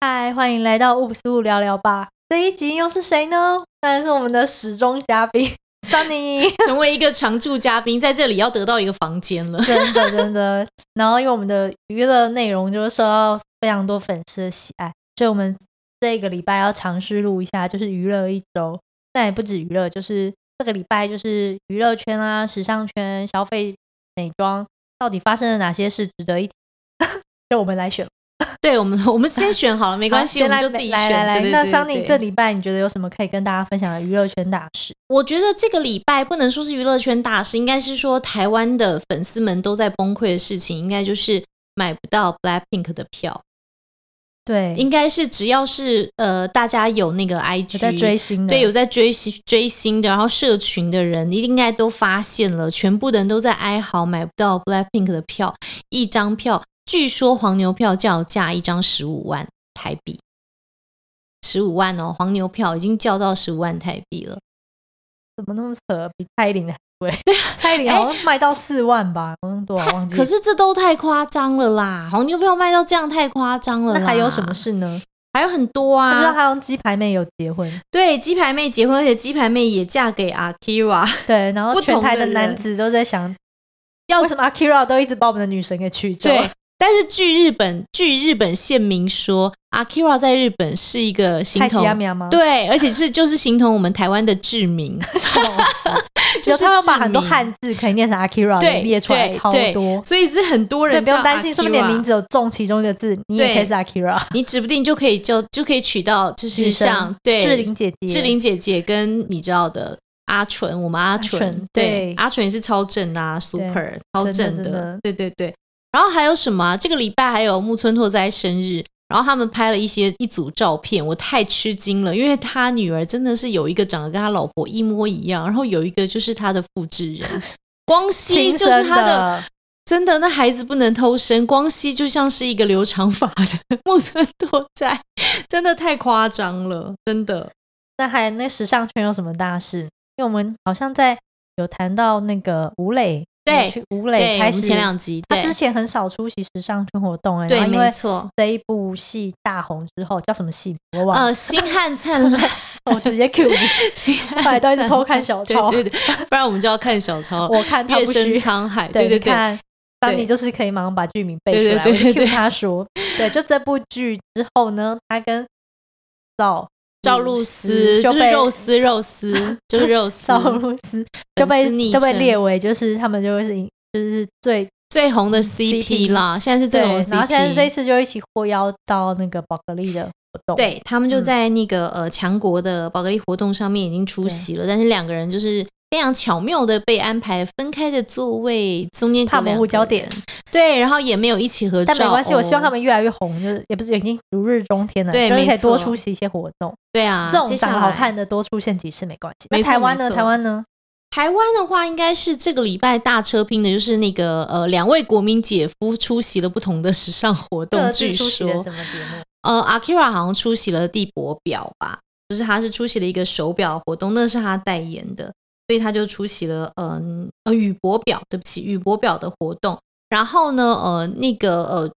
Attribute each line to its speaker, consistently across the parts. Speaker 1: 嗨，欢迎来到五十五聊聊吧。这一集又是谁呢？当然是我们的始终嘉宾 Sunny。
Speaker 2: 成为一个常驻嘉宾，在这里要得到一个房间了。
Speaker 1: 真的真的。然后因为我们的娱乐内容就是受到非常多粉丝的喜爱，所以我们这个礼拜要尝试录一下，就是娱乐一周。但也不止娱乐，就是这个礼拜就是娱乐圈啊、时尚圈、消费、美妆，到底发生了哪些事值得一提？ 就我们来选，
Speaker 2: 对我们， 我们先选好了，没
Speaker 1: 没
Speaker 2: 关 系，我们就自己
Speaker 1: 来来
Speaker 2: 选。
Speaker 1: 来，
Speaker 2: 对对
Speaker 1: 那
Speaker 2: 对
Speaker 1: Sunny
Speaker 2: 对
Speaker 1: 这礼拜你觉得有什么可以跟大家分享的娱乐圈大事？
Speaker 2: 我觉得这个礼拜不能说是娱乐圈大事，应该是说台湾的粉丝们都在崩溃的事情，应该就是买不到 Blackpink 的票。
Speaker 1: 对，
Speaker 2: 应该是只要是呃，大家有那个 IG
Speaker 1: 有在追星的，
Speaker 2: 对，有在追星追星的，然后社群的人应该都发现了，全部的人都在哀嚎买不到 Blackpink 的票，一张票，据说黄牛票叫价一张十五万台币，十五万哦，黄牛票已经叫到十五万台币了。
Speaker 1: 怎么那么扯？比蔡依林还贵。对， 蔡依林好像卖到四万吧，好像多少忘记。
Speaker 2: 啊哎可是这都太夸张了啦！黄牛票卖到这样太夸张了啦。
Speaker 1: 那还有什么？事呢？
Speaker 2: 还有很多
Speaker 1: 不知道
Speaker 2: 啊。
Speaker 1: 他跟鸡排妹有结婚，
Speaker 2: 对，鸡排妹结婚，而且鸡排妹也嫁给 Akira。
Speaker 1: 对，然后
Speaker 2: 不同
Speaker 1: 全台的
Speaker 2: 的
Speaker 1: 男
Speaker 2: 人
Speaker 1: 子都在想，
Speaker 2: 要
Speaker 1: 为什么 Akira 都一直把我们的女神给娶走？啊
Speaker 2: 对，但是据日本据日本县民说，Akira 在日本是一个形
Speaker 1: 泰西
Speaker 2: 同
Speaker 1: 亚米亚吗？，
Speaker 2: 对，而且是就是形同我们台湾的 志明，就
Speaker 1: 有
Speaker 2: 是
Speaker 1: 他们把
Speaker 2: 志
Speaker 1: 很多
Speaker 2: 明
Speaker 1: 汉字可以念成 Akira
Speaker 2: 对
Speaker 1: 列出来
Speaker 2: 对
Speaker 1: 超
Speaker 2: 对
Speaker 1: 多，
Speaker 2: 所以是很多
Speaker 1: 所以
Speaker 2: 人
Speaker 1: 不用
Speaker 2: 叫
Speaker 1: 担心，说不定你的
Speaker 2: Akira
Speaker 1: 名字有中其中一个字，你也
Speaker 2: 对
Speaker 1: 可以是 Akira。
Speaker 2: 你指不定就可以就就可以娶到，就
Speaker 1: 女
Speaker 2: 是
Speaker 1: 神
Speaker 2: 像对
Speaker 1: 志玲姐姐，
Speaker 2: 志玲姐姐跟你知道的。阿纯，我们阿纯，
Speaker 1: 纯对
Speaker 2: 对阿纯也是超正的啊，super 超正
Speaker 1: 真的真的
Speaker 2: 对对对。然后还有什么啊、这个礼拜还有木村拓哉生日，然后他们拍了一些一组照片，我太吃惊了，因为他女儿真的是有一个长得跟他老婆一模一样，然后有一个就是他的复制 人，光熙
Speaker 1: 亲
Speaker 2: 就
Speaker 1: 生
Speaker 2: 是他的，真的那孩子不能偷生，光熙就像是一个留长发的木村拓哉，真的太夸张了，真的。
Speaker 1: 那还那时尚圈有什么大事？因为我们好像在有谈到那个吴磊，
Speaker 2: 对
Speaker 1: 有去吴
Speaker 2: 对，
Speaker 1: 磊
Speaker 2: 我
Speaker 1: 开
Speaker 2: 们
Speaker 1: 始，
Speaker 2: 前两集，
Speaker 1: 他
Speaker 2: 对
Speaker 1: 之前很少出席时尚圈活动、哎，
Speaker 2: 对，
Speaker 1: 然后因为
Speaker 2: 没错。
Speaker 1: 这一部戏大红之后叫什么戏？我忘了，
Speaker 2: 呃，星汉灿烂，
Speaker 1: 我直接 Q 你，
Speaker 2: 星汉
Speaker 1: 后来都一直
Speaker 2: 灿
Speaker 1: 偷
Speaker 2: 烂
Speaker 1: 看小抄，
Speaker 2: 呃对对对，不然我们就要看小抄了。
Speaker 1: 我看他
Speaker 2: 月
Speaker 1: 不
Speaker 2: 升
Speaker 1: 虚，
Speaker 2: 沧海，
Speaker 1: 对
Speaker 2: 对对
Speaker 1: 你
Speaker 2: 对，
Speaker 1: 看。当
Speaker 2: 对
Speaker 1: 你就是可以马上把剧名背出
Speaker 2: 对对
Speaker 1: 来，
Speaker 2: 对
Speaker 1: 我就
Speaker 2: 对
Speaker 1: Q 他 说，对，就这部剧之后呢，他跟赵
Speaker 2: 赵露思
Speaker 1: 就
Speaker 2: 就是
Speaker 1: 被
Speaker 2: 肉丝，肉丝就 是肉丝
Speaker 1: 赵，露思就
Speaker 2: 粉
Speaker 1: 被
Speaker 2: 丝昵
Speaker 1: 就被
Speaker 2: 称
Speaker 1: 列为就是他们就是就是最
Speaker 2: 最红的
Speaker 1: CP
Speaker 2: CP 啦，现在是最
Speaker 1: 对，
Speaker 2: 红的
Speaker 1: 然后现在这一
Speaker 2: CP。
Speaker 1: 次就一起获邀到那个宝格丽的活动。，
Speaker 2: 对他们就
Speaker 1: 嗯
Speaker 2: 在那个呃强国的宝格丽活动上面已经出
Speaker 1: 对
Speaker 2: 席了，但是两个人就是非常巧妙的被安排分开的座位，中间
Speaker 1: 怕
Speaker 2: 隔
Speaker 1: 模
Speaker 2: 两
Speaker 1: 糊
Speaker 2: 个
Speaker 1: 焦点
Speaker 2: 人，对，然后也没有一起合照
Speaker 1: 但
Speaker 2: 哦。
Speaker 1: 没关系，我希望他们越来越红，就是也不是已经如日中天了，
Speaker 2: 对
Speaker 1: 就是可以
Speaker 2: 没错
Speaker 1: 多出席一些活动。
Speaker 2: 对啊，
Speaker 1: 这种
Speaker 2: 接
Speaker 1: 长
Speaker 2: 下
Speaker 1: 得好
Speaker 2: 来
Speaker 1: 看的多出现几次没关系。那
Speaker 2: 没错
Speaker 1: 台湾呢？
Speaker 2: 没错
Speaker 1: 台湾呢？
Speaker 2: 台湾的话，应该是这个礼拜大车拼的，就是那个呃，两位国民姐夫出席了不同的时尚活
Speaker 1: 各
Speaker 2: 动。
Speaker 1: 自
Speaker 2: 据
Speaker 1: 出席了
Speaker 2: 说
Speaker 1: 什，么节目？
Speaker 2: 呃，Akira 好像出席了帝国表吧，就是他是出席了一个手表活动，那是他代言的，所以他就出席了嗯呃宇舶表，对不起，宇舶表的活动。然后呢，呃，那个呃，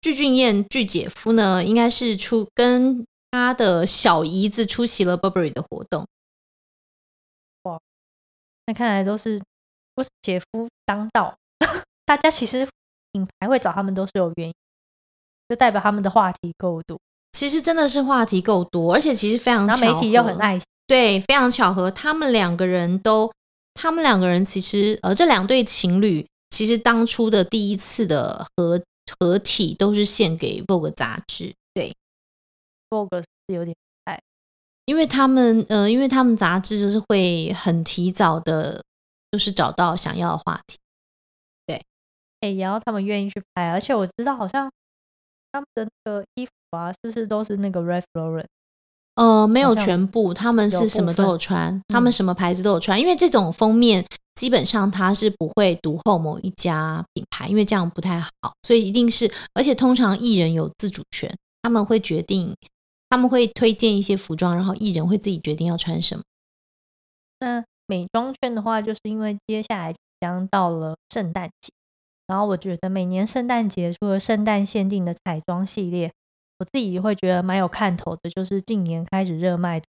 Speaker 2: 具俊彦具姐夫呢，应该是出跟他的小姨子出席了 Burberry 的活动。
Speaker 1: 那看来都是不是姐夫当道， 大家其实品牌会找他们都是有原因，就代表他们的话题够多，
Speaker 2: 其实真的是话题够多，而且其实非常
Speaker 1: 然后媒体又很
Speaker 2: 爱。
Speaker 1: 爱惜。
Speaker 2: 对，非常巧合，他们两个人都，他们两个人其实，呃，这两对情侣其实当初的第一次的合合体都是献给 Vogue 杂志，对，
Speaker 1: Vogue 是有点
Speaker 2: 因为他们，呃，因为他们杂志就是会很提早的，就是找到想要的话题，
Speaker 1: 哎、然后他们愿意去拍，而且我知道好像他们的那个衣服啊，是不是都是那个 Ralph Lauren？
Speaker 2: 呃，没
Speaker 1: 好
Speaker 2: 有
Speaker 1: 像
Speaker 2: 全部，他们
Speaker 1: 有
Speaker 2: 是什
Speaker 1: 部
Speaker 2: 么都
Speaker 1: 分嗯
Speaker 2: 有穿，他们什么牌子都有穿，因为这种封面基本上它是不会独后某一家品牌，因为这样不太好，所以一定是，而且通常艺人有自主权，他们会决定，他们会推荐一些服装，然后艺人会自己决定要穿什么。
Speaker 1: 那美妆圈的话，就是因为接下来即将到了圣诞节，然后我觉得每年圣诞节除了圣诞限定的彩妆系列，我自己会觉得蛮有看头的，就是近年开始热卖的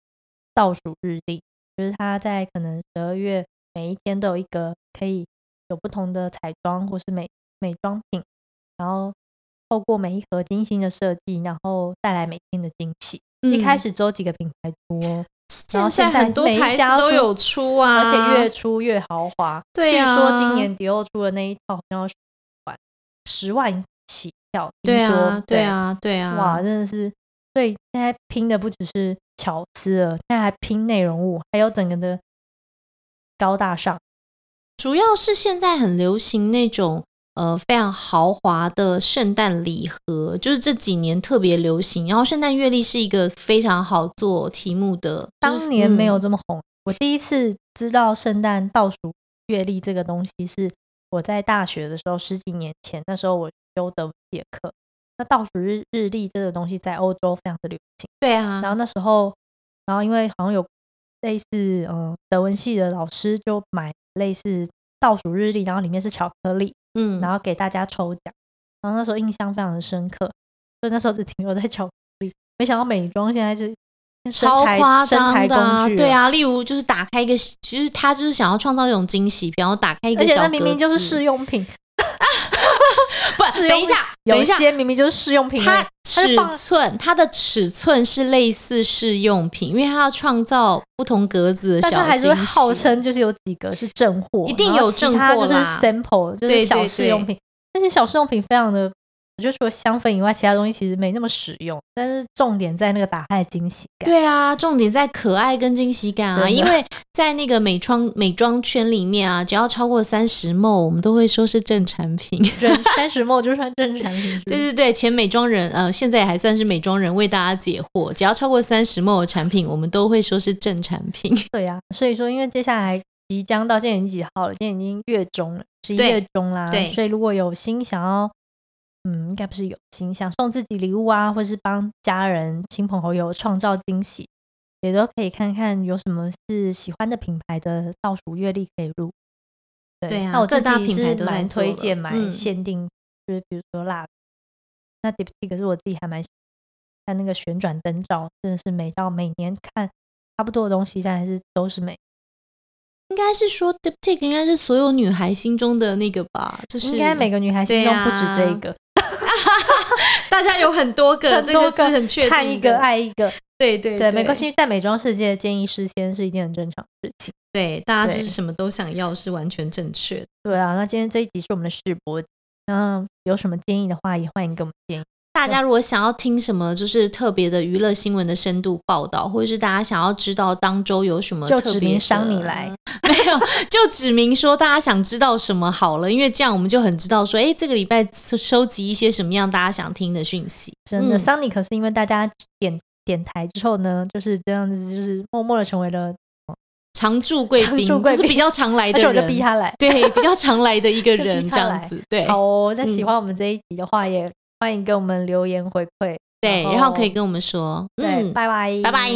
Speaker 1: 倒数日历，就是它在可能十二月每一天都有一个可以有不同的彩妆或是美美妆品，然后透过每一盒精心的设计，然后带来每天的惊喜。一开始只有几个品牌出哦，然后
Speaker 2: 嗯
Speaker 1: 现
Speaker 2: 现
Speaker 1: 在
Speaker 2: 很多
Speaker 1: 每一
Speaker 2: 牌
Speaker 1: 家
Speaker 2: 子都
Speaker 1: 出
Speaker 2: 有出啊，
Speaker 1: 而且越出越豪华。
Speaker 2: 对啊
Speaker 1: 据说今年迪奥出的那一套好像要十万，十万起跳。
Speaker 2: 对
Speaker 1: 听说
Speaker 2: 啊，对，啊，对啊，
Speaker 1: 哇，真的是，所以现在拼的不只是巧思了，现在还拼内容物，还有整个的高大上。
Speaker 2: 主要是现在很流行那种呃非常豪华的圣诞礼盒，就是这几年特别流行。然后圣诞月历是一个非常好做题目的，就是
Speaker 1: 当年没有
Speaker 2: 嗯
Speaker 1: 这么红，我第一次知道圣诞倒数月历这个东西是我在大学的时候，十几年前，那时候我修德文系的课。那倒数日日历这个东西在欧洲非常的流行。
Speaker 2: 对啊，
Speaker 1: 然后那时候，然后因为好像有类似嗯德文系的老师就买类似倒数日历，然后里面是巧克力，
Speaker 2: 嗯，
Speaker 1: 然后给大家抽奖。然后那时候印象非常的深刻，所以那时候只停留在巧克力，没想到美妆现在是身
Speaker 2: 超
Speaker 1: 材
Speaker 2: 夸
Speaker 1: 身
Speaker 2: 张
Speaker 1: 材
Speaker 2: 的、啊
Speaker 1: 工具，
Speaker 2: 对
Speaker 1: 了。
Speaker 2: 啊，例如就是打开一个，其实他就是想要创造一种惊喜，比方打开一个
Speaker 1: 而且
Speaker 2: 小
Speaker 1: 那明明就是
Speaker 2: 格子
Speaker 1: 试用品，
Speaker 2: 不，
Speaker 1: 试用
Speaker 2: 等一下，等
Speaker 1: 有
Speaker 2: 一下，
Speaker 1: 些明明就是试用品而已。
Speaker 2: 它尺
Speaker 1: 是放
Speaker 2: 寸，它的尺寸是类似试用品，因为它要创造不同格子的小
Speaker 1: 但
Speaker 2: 惊
Speaker 1: 是
Speaker 2: 喜。
Speaker 1: 还是会号称就是有几个是正货，
Speaker 2: 一定
Speaker 1: 然后
Speaker 2: 有
Speaker 1: 其
Speaker 2: 正
Speaker 1: 他
Speaker 2: 货
Speaker 1: 就是
Speaker 2: 啦
Speaker 1: sample，就
Speaker 2: 对
Speaker 1: 是小
Speaker 2: 对
Speaker 1: 试用
Speaker 2: 对
Speaker 1: 品。那些小试用品非常的，我觉得除了香氛以外，其他东西其实没那么实用。但是重点在那个打开的惊喜感。
Speaker 2: 对啊，重点在可爱跟惊喜感啊，
Speaker 1: 真的
Speaker 2: 因为在那个美妆美妆圈里面啊，只要超过三十 m 我们都会说是正产品。
Speaker 1: 人三十梦就是算正产品，是不
Speaker 2: 对
Speaker 1: 是
Speaker 2: 对对，前美妆人呃，现在也还算是美妆人为大家解惑，只要超过三十 m 的产品，我们都会说是正产品。
Speaker 1: 对呀、所以说，因为接下来即将到现在已经几号了？现在已经月中了，十一
Speaker 2: 对
Speaker 1: 月中啦。
Speaker 2: 对
Speaker 1: 所以如果有心想要，嗯，应该不是有心想送自己礼物啊，或是帮家人、亲朋好友创造惊喜，也都可以看看有什么是喜欢的品牌的倒数月历可以入。对
Speaker 2: 对啊
Speaker 1: 那我自
Speaker 2: 各大
Speaker 1: 己
Speaker 2: 品牌
Speaker 1: 是
Speaker 2: 都在
Speaker 1: 蛮
Speaker 2: 做
Speaker 1: 推
Speaker 2: 了
Speaker 1: 荐买
Speaker 2: 嗯
Speaker 1: 限定，就是比如说蜡烛。那 Diptyque 是我自己还蛮喜欢，看那个旋转灯罩真的是美到每年看差不多的东西，但还是都是美，
Speaker 2: 应该是说，这这个应该是所有女孩心中的那个吧，就是
Speaker 1: 应该每个女孩心中不止这一个，
Speaker 2: 大家有很多个，
Speaker 1: 很
Speaker 2: 这
Speaker 1: 多
Speaker 2: 个是
Speaker 1: 个
Speaker 2: 很确定的。
Speaker 1: 看一个爱一个，
Speaker 2: 对对
Speaker 1: 对，没关。系，在美妆世界见异思迁是一件很正常的事情。
Speaker 2: 对，大家就
Speaker 1: 对
Speaker 2: 是什么都想要，是完全正确的。
Speaker 1: 对啊，那今天这一集是我们的试播集，那有什么建议的话，也欢迎给我们建议。
Speaker 2: 大家如果想要听什么，就是特别的娱乐新闻的深度报道，或者是大家想要知道当周有什么
Speaker 1: 就
Speaker 2: 哦特
Speaker 1: 指
Speaker 2: 别
Speaker 1: 名
Speaker 2: 的
Speaker 1: 商你来，
Speaker 2: 没有，就指明说大家想知道什么好了，因为这样我们就很知道说，哎，这个礼拜收收集一些什么样大家想听的讯息。
Speaker 1: 真的、
Speaker 2: 嗯
Speaker 1: s u n n y 可是因为大家点点台之后呢，就是这样子，就是默默的成为了，
Speaker 2: 常驻贵
Speaker 1: 常
Speaker 2: 宾，
Speaker 1: 驻贵
Speaker 2: 就是
Speaker 1: 宾
Speaker 2: 比较常来
Speaker 1: 而
Speaker 2: 的
Speaker 1: 且
Speaker 2: 人，
Speaker 1: 我就逼他来。
Speaker 2: 对，比较常来的一个
Speaker 1: 就逼
Speaker 2: 人这
Speaker 1: 他
Speaker 2: 样
Speaker 1: 来
Speaker 2: 子，对。
Speaker 1: 好哦，那喜
Speaker 2: 嗯
Speaker 1: 欢我们这一集的话，也欢迎给我们留言回馈。
Speaker 2: 对，
Speaker 1: 然
Speaker 2: 然后可以
Speaker 1: 后
Speaker 2: 跟我们说，
Speaker 1: 哦对，
Speaker 2: 嗯，
Speaker 1: 拜拜，
Speaker 2: 拜拜。